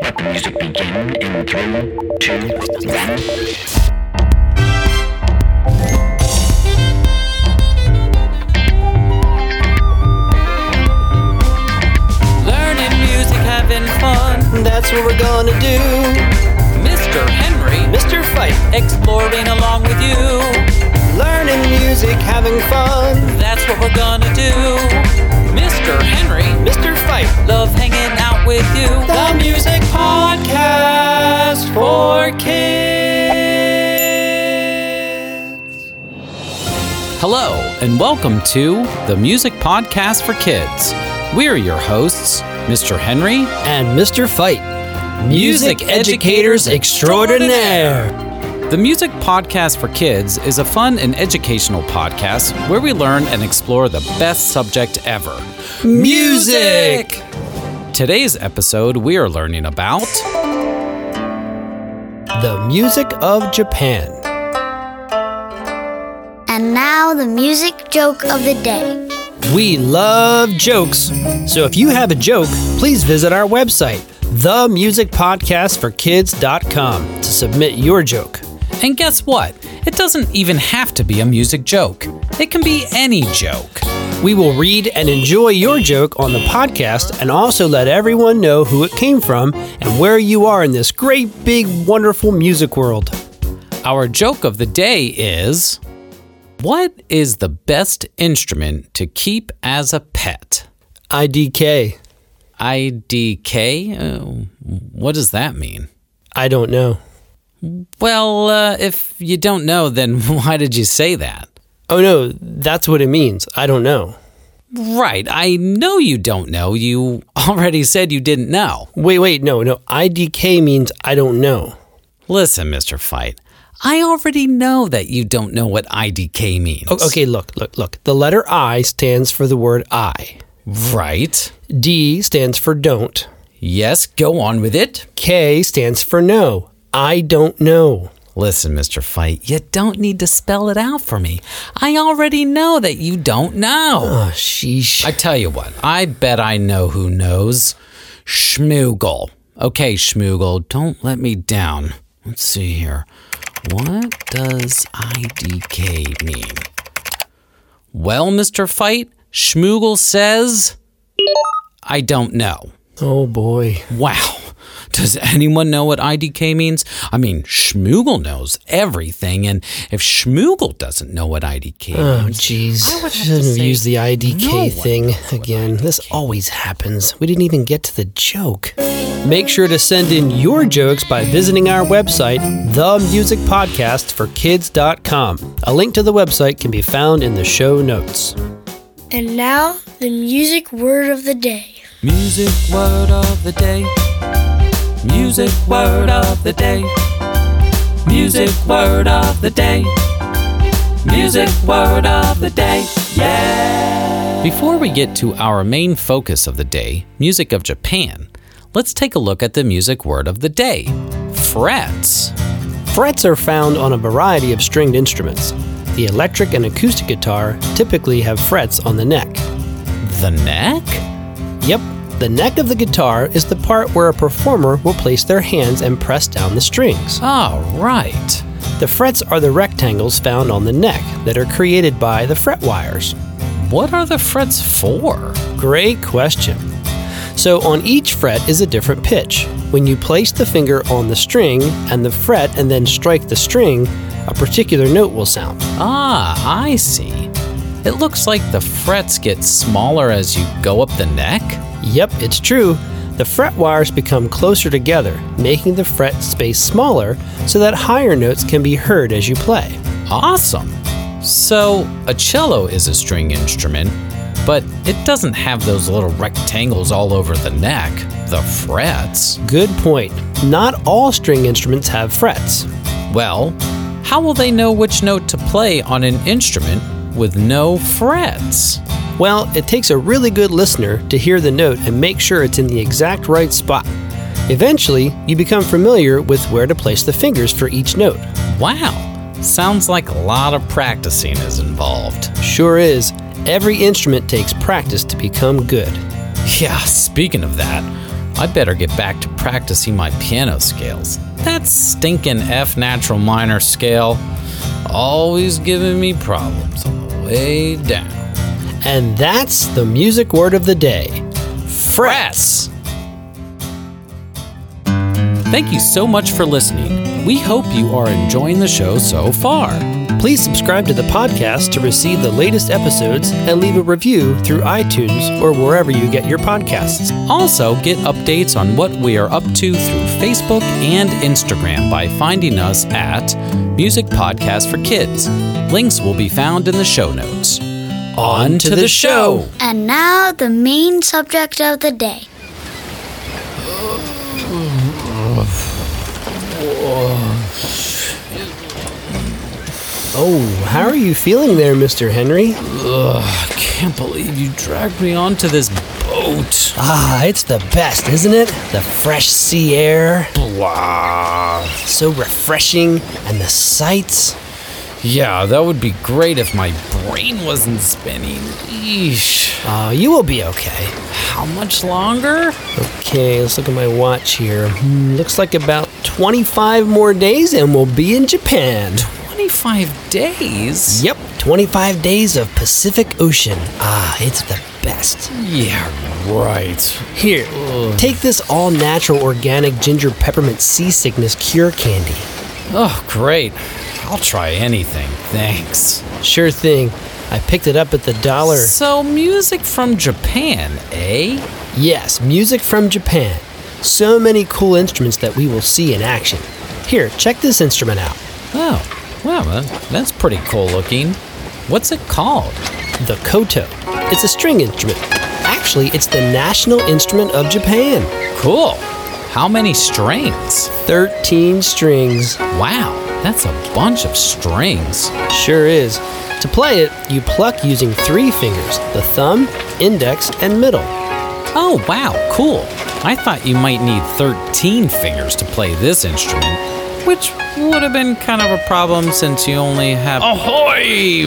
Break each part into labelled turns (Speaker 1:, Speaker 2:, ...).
Speaker 1: Let the music begin in three, two, one.
Speaker 2: Learning music, having fun.
Speaker 3: That's what we're gonna do.
Speaker 2: Mr. Henry,
Speaker 3: Mr. Fight,
Speaker 2: exploring along with you.
Speaker 3: learning music, having fun.
Speaker 2: That's what we're gonna do. Mr. Henry,
Speaker 3: Mr. Fight,
Speaker 2: love hanging out with you.
Speaker 3: the music podcast for kids.
Speaker 2: Hello, and welcome to the Music Podcast for Kids. We're your hosts, Mr. Henry,
Speaker 3: And Mr. Fight, music educators extraordinaire.
Speaker 2: The Music Podcast for Kids is a fun and educational podcast where we learn and explore the best subject ever
Speaker 3: Music!
Speaker 2: Today's episode, we are learning about
Speaker 3: The music of Japan.
Speaker 4: And now the music joke of the day.
Speaker 3: We love jokes. So if you have a joke, please visit our website, themusicpodcastforkids.com, to submit your joke.
Speaker 2: And guess what? It doesn't even have to be a music joke. It can be any joke.
Speaker 3: We will read and enjoy your joke on the podcast and also let everyone know who it came from and where you are in this great, big, wonderful music world.
Speaker 2: Our joke of the day is What is the best instrument to keep as a pet?
Speaker 3: IDK.
Speaker 2: IDK? Oh, what does that mean?
Speaker 3: I don't know.
Speaker 2: Well, uh, if you don't know, then why did you say that?
Speaker 3: Oh no, that's what it means. I don't know.
Speaker 2: Right, I know you don't know. You already said you didn't know.
Speaker 3: Wait, wait, no, no. IDK means I don't know.
Speaker 2: Listen, Mr. Fight, I already know that you don't know what IDK means.
Speaker 3: O- Okay, look, look, look. The letter I stands for the word I.
Speaker 2: Right.
Speaker 3: D stands for don't.
Speaker 2: Yes, go on with it.
Speaker 3: K stands for no. I don't know.
Speaker 2: Listen, Mr. Fight, you don't need to spell it out for me. I already know that you don't know.
Speaker 3: Oh, sheesh.
Speaker 2: I tell you what, I bet I know who knows. Schmoogle. Okay, Schmoogle, don't let me down. Let's see here. What does IDK mean? Well, Mr. Fight, Schmoogle says, I don't know.
Speaker 3: oh boy.
Speaker 2: Wow. Does anyone know what IDK means? I mean, Schmoogle knows everything, and if Schmoogle doesn't know what IDK
Speaker 3: Oh,
Speaker 2: means,
Speaker 3: jeez.
Speaker 2: I would have to
Speaker 3: Shouldn't have
Speaker 2: say
Speaker 3: used the
Speaker 2: no
Speaker 3: IDK
Speaker 2: one
Speaker 3: thing again. This always happens. We didn't even get to the joke. Make sure to send in your jokes by visiting our website, themusicpodcastforkids.com. A link to the website can be found in the show notes.
Speaker 4: And now the music word of the day.
Speaker 2: music word of the day, music word of the day, music word of the day, music word of the day. Yeah. Before we get to our main focus of the day, music of Japan, let's take a look at the music word of the day, frets.
Speaker 3: Frets are found on a variety of stringed instruments. The electric and acoustic guitar typically have frets on the neck.
Speaker 2: The neck?
Speaker 3: Yep, the neck of the guitar is the part where a performer will place their hands and press down the strings.
Speaker 2: All Ah, right.
Speaker 3: The frets are the rectangles found on the neck that are created by the fret wires.
Speaker 2: What are the frets for?
Speaker 3: Great question. So, on each fret is a different pitch. When you place the finger on the string and the fret and then strike the string, a particular note will sound.
Speaker 2: Ah, I see. It looks like the frets get smaller as you go up the neck.
Speaker 3: Yep, it's true. The fret wires become closer together, making the fret space smaller so that higher notes can be heard as you play.
Speaker 2: Awesome. So, a cello is a string instrument, but it doesn't have those little rectangles all over the neck, the frets.
Speaker 3: Good point. Not all string instruments have frets.
Speaker 2: Well, how will they know which note to play on an instrument with no frets?
Speaker 3: Well, it takes a really good listener to hear the note and make sure it's in the exact right spot. Eventually, you become familiar with where to place the fingers for each note.
Speaker 2: Wow, sounds like a lot of practicing is involved.
Speaker 3: Sure is, every instrument takes practice to become good.
Speaker 2: Yeah, speaking of that, I better get back to practicing my piano scales. That stinking F natural minor scale always giving me problems on the way down.
Speaker 3: And that's the music word of the day.
Speaker 2: Frets! Thank you so much for listening. We hope you are enjoying the show so far.
Speaker 3: Please subscribe to the podcast to receive the latest episodes and leave a review through iTunes or wherever you get your podcasts.
Speaker 2: Also, get updates on what we are up to through Facebook and Instagram by finding us at Music Podcast for Kids. Links will be found in the show notes. On to the show!
Speaker 4: And now the main subject of the day.
Speaker 3: Oh, how are you feeling there, Mr. Henry?
Speaker 2: I can't believe you dragged me onto this boat.
Speaker 3: Ah, it's the best, isn't it? The fresh sea air,
Speaker 2: Blah.
Speaker 3: so refreshing, and the sights.
Speaker 2: Yeah, that would be great if my brain wasn't spinning. Eesh.
Speaker 3: Oh, you will be okay.
Speaker 2: How much longer?
Speaker 3: Okay, let's look at my watch here. Hmm, looks like about 25 more days and we'll be in Japan.
Speaker 2: 25 days?
Speaker 3: Yep, 25 days of Pacific Ocean. Ah, it's the best.
Speaker 2: Yeah, right.
Speaker 3: Here, take this all natural organic ginger peppermint seasickness cure candy.
Speaker 2: Oh, great. I'll try anything. Thanks.
Speaker 3: Sure thing. I picked it up at the dollar.
Speaker 2: So, music from Japan, eh?
Speaker 3: Yes, music from Japan. So many cool instruments that we will see in action. Here, check this instrument out
Speaker 2: Oh, wow, that- that's pretty cool looking. What's it called?
Speaker 3: the koto. It's a string instrument. Actually, it's the national instrument of Japan.
Speaker 2: Cool. How many strings?
Speaker 3: 13 strings.
Speaker 2: Wow, that's a bunch of strings.
Speaker 3: Sure is. To play it, you pluck using three fingers the thumb, index, and middle.
Speaker 2: Oh, wow, cool. I thought you might need 13 fingers to play this instrument, which would have been kind of a problem since you only have.
Speaker 5: Oh. Ahoy,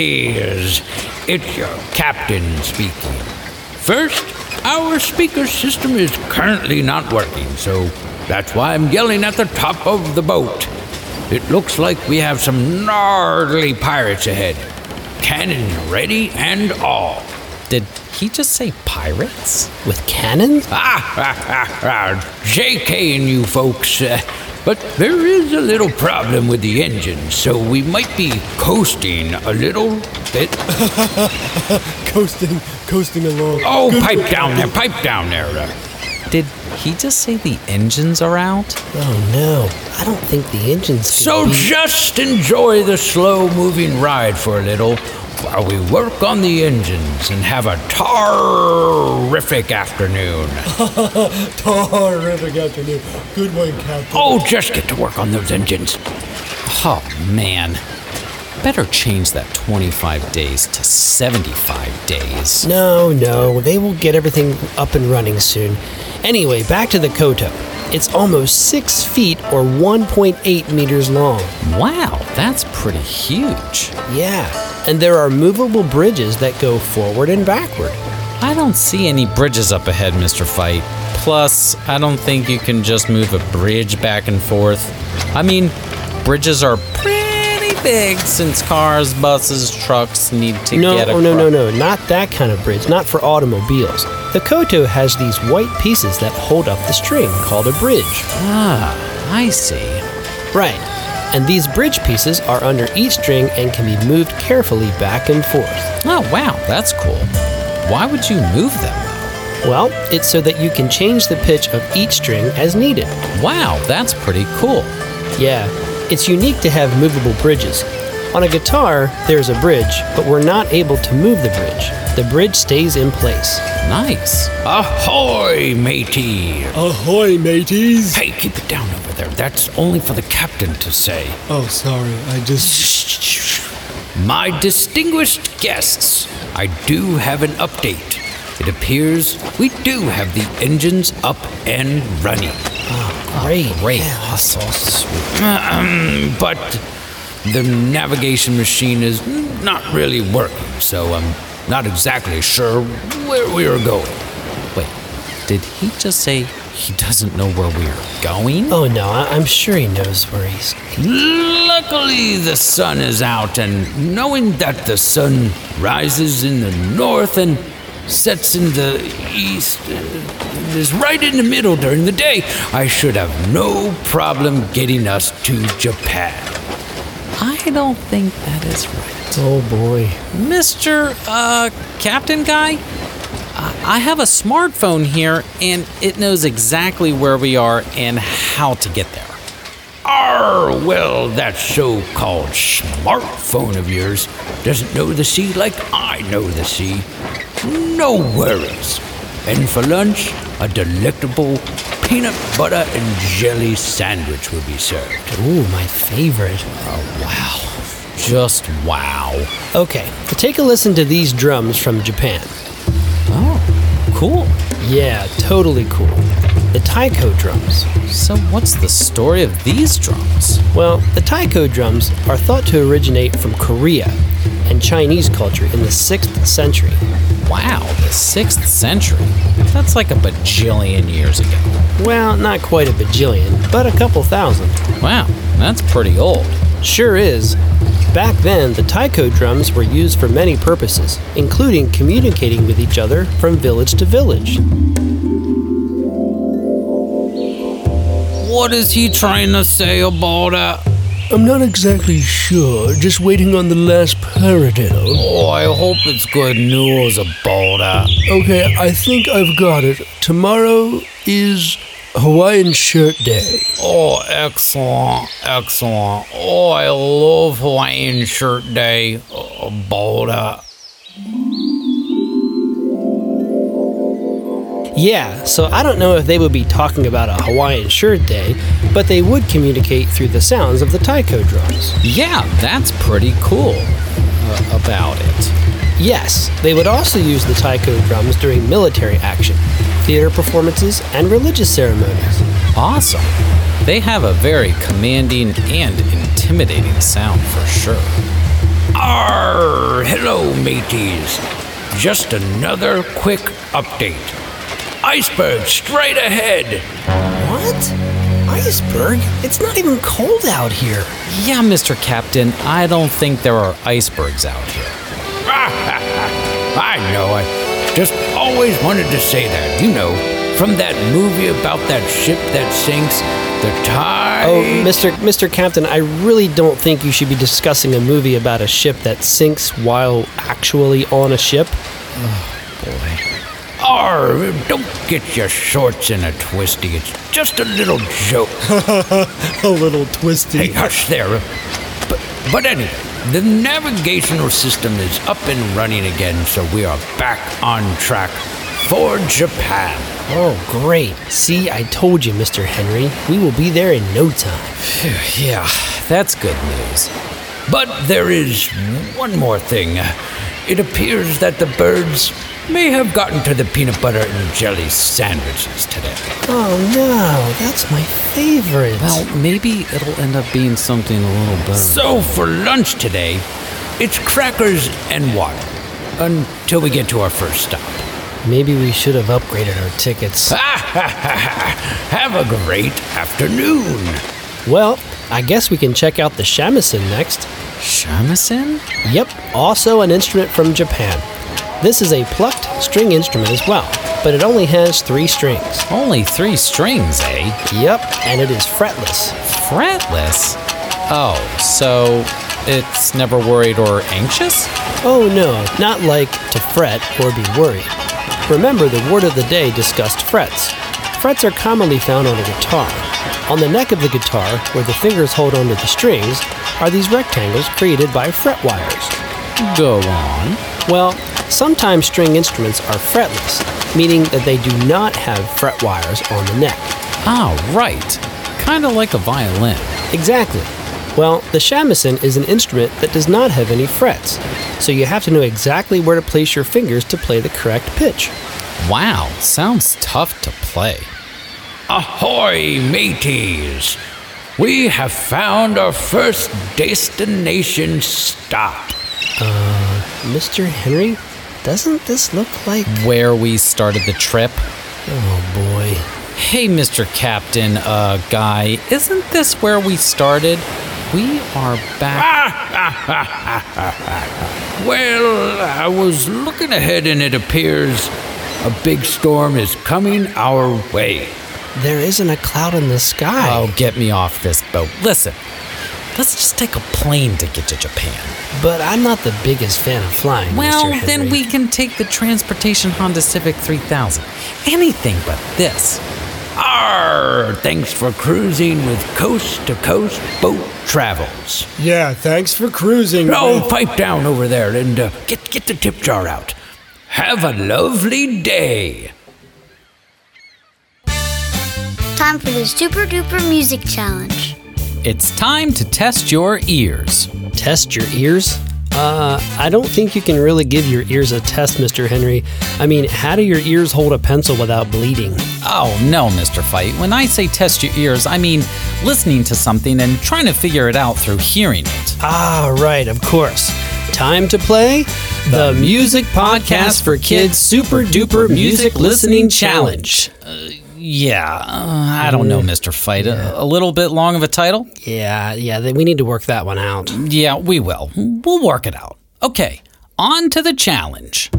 Speaker 5: mateys! It's your captain speaking. First, our speaker system is currently not working, so that's why I'm yelling at the top of the boat. It looks like we have some gnarly pirates ahead. Cannons ready and all.
Speaker 2: Did he just say pirates?
Speaker 3: With cannons?
Speaker 5: Ah, ha, ha, ha, JK and you folks. Uh, but there is a little problem with the engine, so we might be coasting a little bit.
Speaker 6: coasting, coasting along.
Speaker 5: Oh, pipe down there, pipe down there. Uh,
Speaker 2: Did he just say the engines are out?
Speaker 3: Oh no, I don't think the engines. could
Speaker 5: So
Speaker 3: be-
Speaker 5: just enjoy the slow moving ride for a little while we work on the engines and have a terrific afternoon.
Speaker 6: Terrific afternoon. Good one, Captain.
Speaker 5: Oh, just get to work on those engines.
Speaker 2: Oh, man. Better change that 25 days to 75 days.
Speaker 3: No, no, they will get everything up and running soon. Anyway, back to the koto. It's almost six feet or 1.8 meters long.
Speaker 2: Wow, that's pretty huge.
Speaker 3: Yeah, and there are movable bridges that go forward and backward.
Speaker 2: I don't see any bridges up ahead, Mr. Fight. Plus, I don't think you can just move a bridge back and forth. I mean, bridges are pretty big since cars, buses, trucks need to
Speaker 3: No,
Speaker 2: get
Speaker 3: oh,
Speaker 2: across.
Speaker 3: no, no, no, not that kind of bridge, not for automobiles. The koto has these white pieces that hold up the string called a bridge.
Speaker 2: Ah, I see.
Speaker 3: Right. And these bridge pieces are under each string and can be moved carefully back and forth.
Speaker 2: Oh, wow, that's cool. Why would you move them?
Speaker 3: Well, it's so that you can change the pitch of each string as needed.
Speaker 2: Wow, that's pretty cool.
Speaker 3: Yeah, it's unique to have movable bridges. On a guitar, there's a bridge, but we're not able to move the bridge. The bridge stays in place.
Speaker 2: Nice.
Speaker 5: Ahoy, matey!
Speaker 6: Ahoy, mateys.
Speaker 5: Hey, keep it down over there. That's only for the captain to say.
Speaker 6: Oh, sorry. I just.
Speaker 5: My distinguished guests, I do have an update. It appears we do have the engines up and running.
Speaker 3: Great.
Speaker 5: Great. Ahem, but the navigation machine is not really working, so I'm not exactly sure where we are going.
Speaker 2: Wait, Did he just say he doesn't know where we're going?
Speaker 3: Oh no, I- I'm sure he knows where he's.
Speaker 5: Luckily, the sun is out, and knowing that the sun rises in the north and sets in the east and is right in the middle during the day, I should have no problem getting us to Japan.
Speaker 2: I don't think that is right.
Speaker 3: Oh boy.
Speaker 2: Mr. Uh, Captain Guy, I- I have a smartphone here and it knows exactly where we are and how to get there.
Speaker 5: Arr, well, that so called smartphone of yours doesn't know the sea like I know the sea. No worries. And for lunch, a delectable peanut butter and jelly sandwich will be served.
Speaker 3: Ooh, my favorite.
Speaker 6: Oh,
Speaker 2: Wow. Just wow.
Speaker 3: Okay, take a listen to these drums from Japan.
Speaker 2: Oh, cool.
Speaker 3: Yeah, totally cool. The taiko drums.
Speaker 2: So, what's the story of these drums?
Speaker 3: Well, the taiko drums are thought to originate from Korea and Chinese culture in the 6th century.
Speaker 2: Wow, the 6th century. That's like a bajillion years ago.
Speaker 3: Well, not quite a bajillion, but a couple thousand.
Speaker 2: Wow, that's pretty old.
Speaker 3: Sure is. Back then, the taiko drums were used for many purposes, including communicating with each other from village to village.
Speaker 5: What is he trying to say about that?
Speaker 6: I'm not exactly sure. Just waiting on the last paradiddle.
Speaker 5: Oh, I hope it's good news about that.
Speaker 6: Okay, I think I've got it. Tomorrow is Hawaiian Shirt Day.
Speaker 5: Oh, excellent, excellent. Oh, I love Hawaiian Shirt Day.
Speaker 2: Oh,
Speaker 5: About
Speaker 2: uh,
Speaker 5: that.
Speaker 3: Yeah, so I don't know if they would be talking about a Hawaiian shirt day, but they would communicate through the sounds of the taiko drums.
Speaker 2: Yeah, that's pretty cool uh, about it.
Speaker 3: Yes, they would also use the taiko drums during military action, theater performances, and religious ceremonies.
Speaker 2: Awesome. They have a very commanding and intimidating sound for sure.
Speaker 5: Arr, hello, mateys. Just another quick update. Iceberg straight ahead.
Speaker 3: What? Iceberg? It's not even cold out here.
Speaker 2: Yeah, Mr. Captain, I don't think there are icebergs out here.
Speaker 5: I know, I just always wanted to say that. You know, from that movie about that ship that sinks, the tide.
Speaker 3: Oh, Mr. Mr. Captain, I really don't think you should be discussing a movie about a ship that sinks while actually on a ship.
Speaker 5: Arr, don't get your shorts in a twisty. It's just a little joke.
Speaker 6: A little
Speaker 5: hey,
Speaker 6: twisty.
Speaker 5: hush there. But, but anyway, the navigational system is up and running again, so we are back on track for Japan.
Speaker 3: Oh, great. See, I told you, Mr. Henry. We will be there in no time.
Speaker 2: Yeah, that's good news.
Speaker 5: But there is one more thing. It appears that the birds may have gotten to the peanut butter and jelly sandwiches today.
Speaker 3: Oh, no. That's my favorite.
Speaker 2: Well, Oh, maybe it'll end up being something a little better.
Speaker 5: So for lunch today, it's crackers and water until we get to our first stop.
Speaker 3: maybe we should have upgraded our tickets.
Speaker 5: Have a great afternoon.
Speaker 3: Well, I guess we can check out the shamisen next.
Speaker 2: Shamisen?
Speaker 3: Yep, also an instrument from Japan. This is a plucked string instrument as well, but it only has three strings.
Speaker 2: Only three strings, eh?
Speaker 3: Yep, and it is fretless.
Speaker 2: Fretless? Oh, so it's never worried or anxious?
Speaker 3: Oh no, not like to fret or be worried. Remember, the word of the day discussed frets. Frets are commonly found on a guitar. On the neck of the guitar, where the fingers hold onto the strings, are these rectangles created by fret wires.
Speaker 2: Go on.
Speaker 3: Well, sometimes string instruments are fretless, meaning that they do not have fret wires on the neck.
Speaker 2: Ah, right. Kinda like a violin.
Speaker 3: Exactly. Well, the shamisen is an instrument that does not have any frets, so you have to know exactly where to place your fingers to play the correct pitch.
Speaker 2: Wow, sounds tough to play.
Speaker 5: Ahoy, mateys! We have found our first destination stop.
Speaker 3: Mr. Henry, doesn't this look like.
Speaker 2: Where we started the trip?
Speaker 3: Oh
Speaker 2: Hey, Mr. Captain, uh, guy, isn't this where we started? We are back.
Speaker 5: Well, I was looking ahead and it appears a big storm is coming our way.
Speaker 3: boy, there isn't a cloud in the sky.
Speaker 2: Oh, get me off this boat. Listen, let's just take a plane to get to Japan.
Speaker 3: But I'm not the biggest fan of flying.
Speaker 2: Well,
Speaker 3: Mr. Henry.
Speaker 2: then we can take the transportation Honda Civic 3000. Anything but this.
Speaker 5: Arr, thanks for cruising with Coast to Coast Boat Travels.
Speaker 6: Yeah, thanks for cruising.
Speaker 5: Oh, pipe down over there and uh, get, get the tip jar out. Have a lovely day.
Speaker 7: Time for the Super Duper Music Challenge.
Speaker 2: It's time to test your ears.
Speaker 3: test your ears? Uh, I don't think you can really give your ears a test, Mr. Henry. I mean, how do your ears hold a pencil without bleeding?
Speaker 2: Oh, no, Mr. Fight. When I say test your ears, I mean listening to something and trying to figure it out through hearing it.
Speaker 3: Ah, right, of course. Time to play the Music Podcast for Kids Super Duper Music Listening Challenge.
Speaker 2: Yeah, uh, I don't know, Mr. Fight. A, a little bit long of a title?
Speaker 3: Yeah, yeah, th- we need to work that one out.
Speaker 2: Yeah, we will. We'll work it out. Okay, on to the challenge.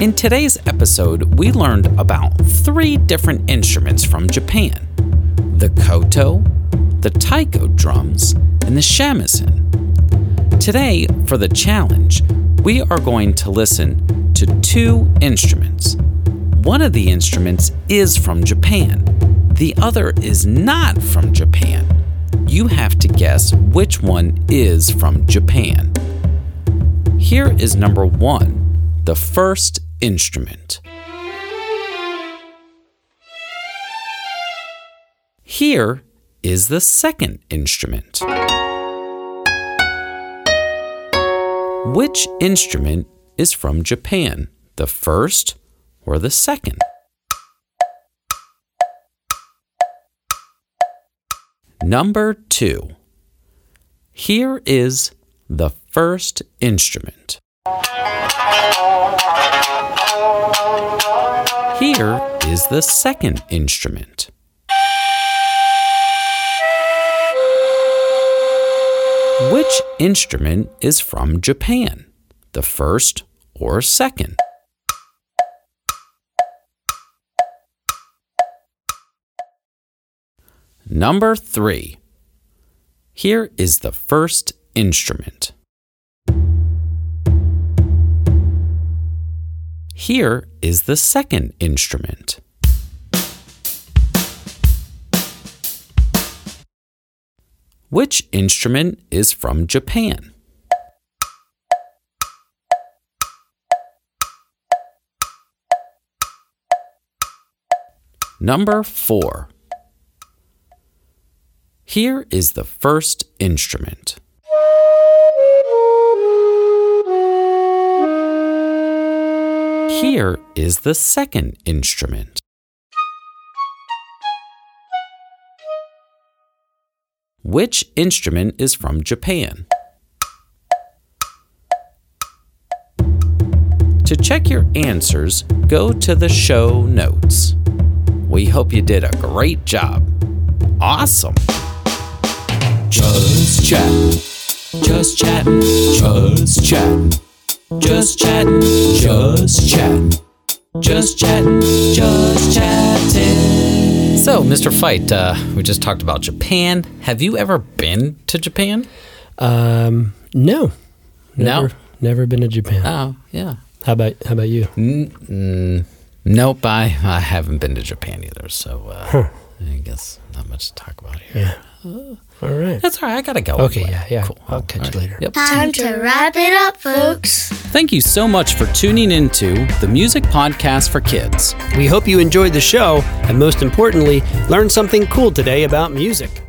Speaker 2: In today's episode, we learned about three different instruments from Japan the koto, the taiko drums, and the shamisen. Today, for the challenge, we are going to listen to two instruments. One of the instruments is from Japan, the other is not from Japan. You have to guess which one is from Japan. Here is number one, the first instrument. Here is the second instrument. Which instrument is from Japan, the first or the second? Number two. Here is the first instrument. Here is the second instrument. Which instrument is from Japan? The first or second? Number three. Here is the first instrument. Here is the second instrument. Which instrument is from Japan? Number four. Here is the first instrument. Here is the second instrument. Which instrument is from Japan? To check your answers, go to the show notes. We hope you did a great job. Awesome! Just chat. Just chatting. Just chatting. Just chatting. Just chatting. Just chatting. Just chatting. So, Mr. Fight, uh, we just talked about Japan. Have you ever been to Japan?
Speaker 3: Um, no. Uh.
Speaker 2: No?
Speaker 3: Never, never been to Japan.
Speaker 2: Oh, yeah.
Speaker 3: How about how about you?
Speaker 2: Nope, I, I haven't been to Japan either. So, uh, I guess not much to talk about here.
Speaker 3: uh, All right.
Speaker 2: That's all right. I gotta go.
Speaker 3: Okay,
Speaker 2: anyway.
Speaker 3: yeah, yeah.
Speaker 2: Cool.
Speaker 3: I'll catch you
Speaker 2: All
Speaker 3: later.
Speaker 2: Yep.
Speaker 4: Time to wrap it up, folks.
Speaker 2: Thank you so much for tuning into the Music Podcast for Kids.
Speaker 3: We hope you enjoyed the show and most importantly, learned something cool today about music.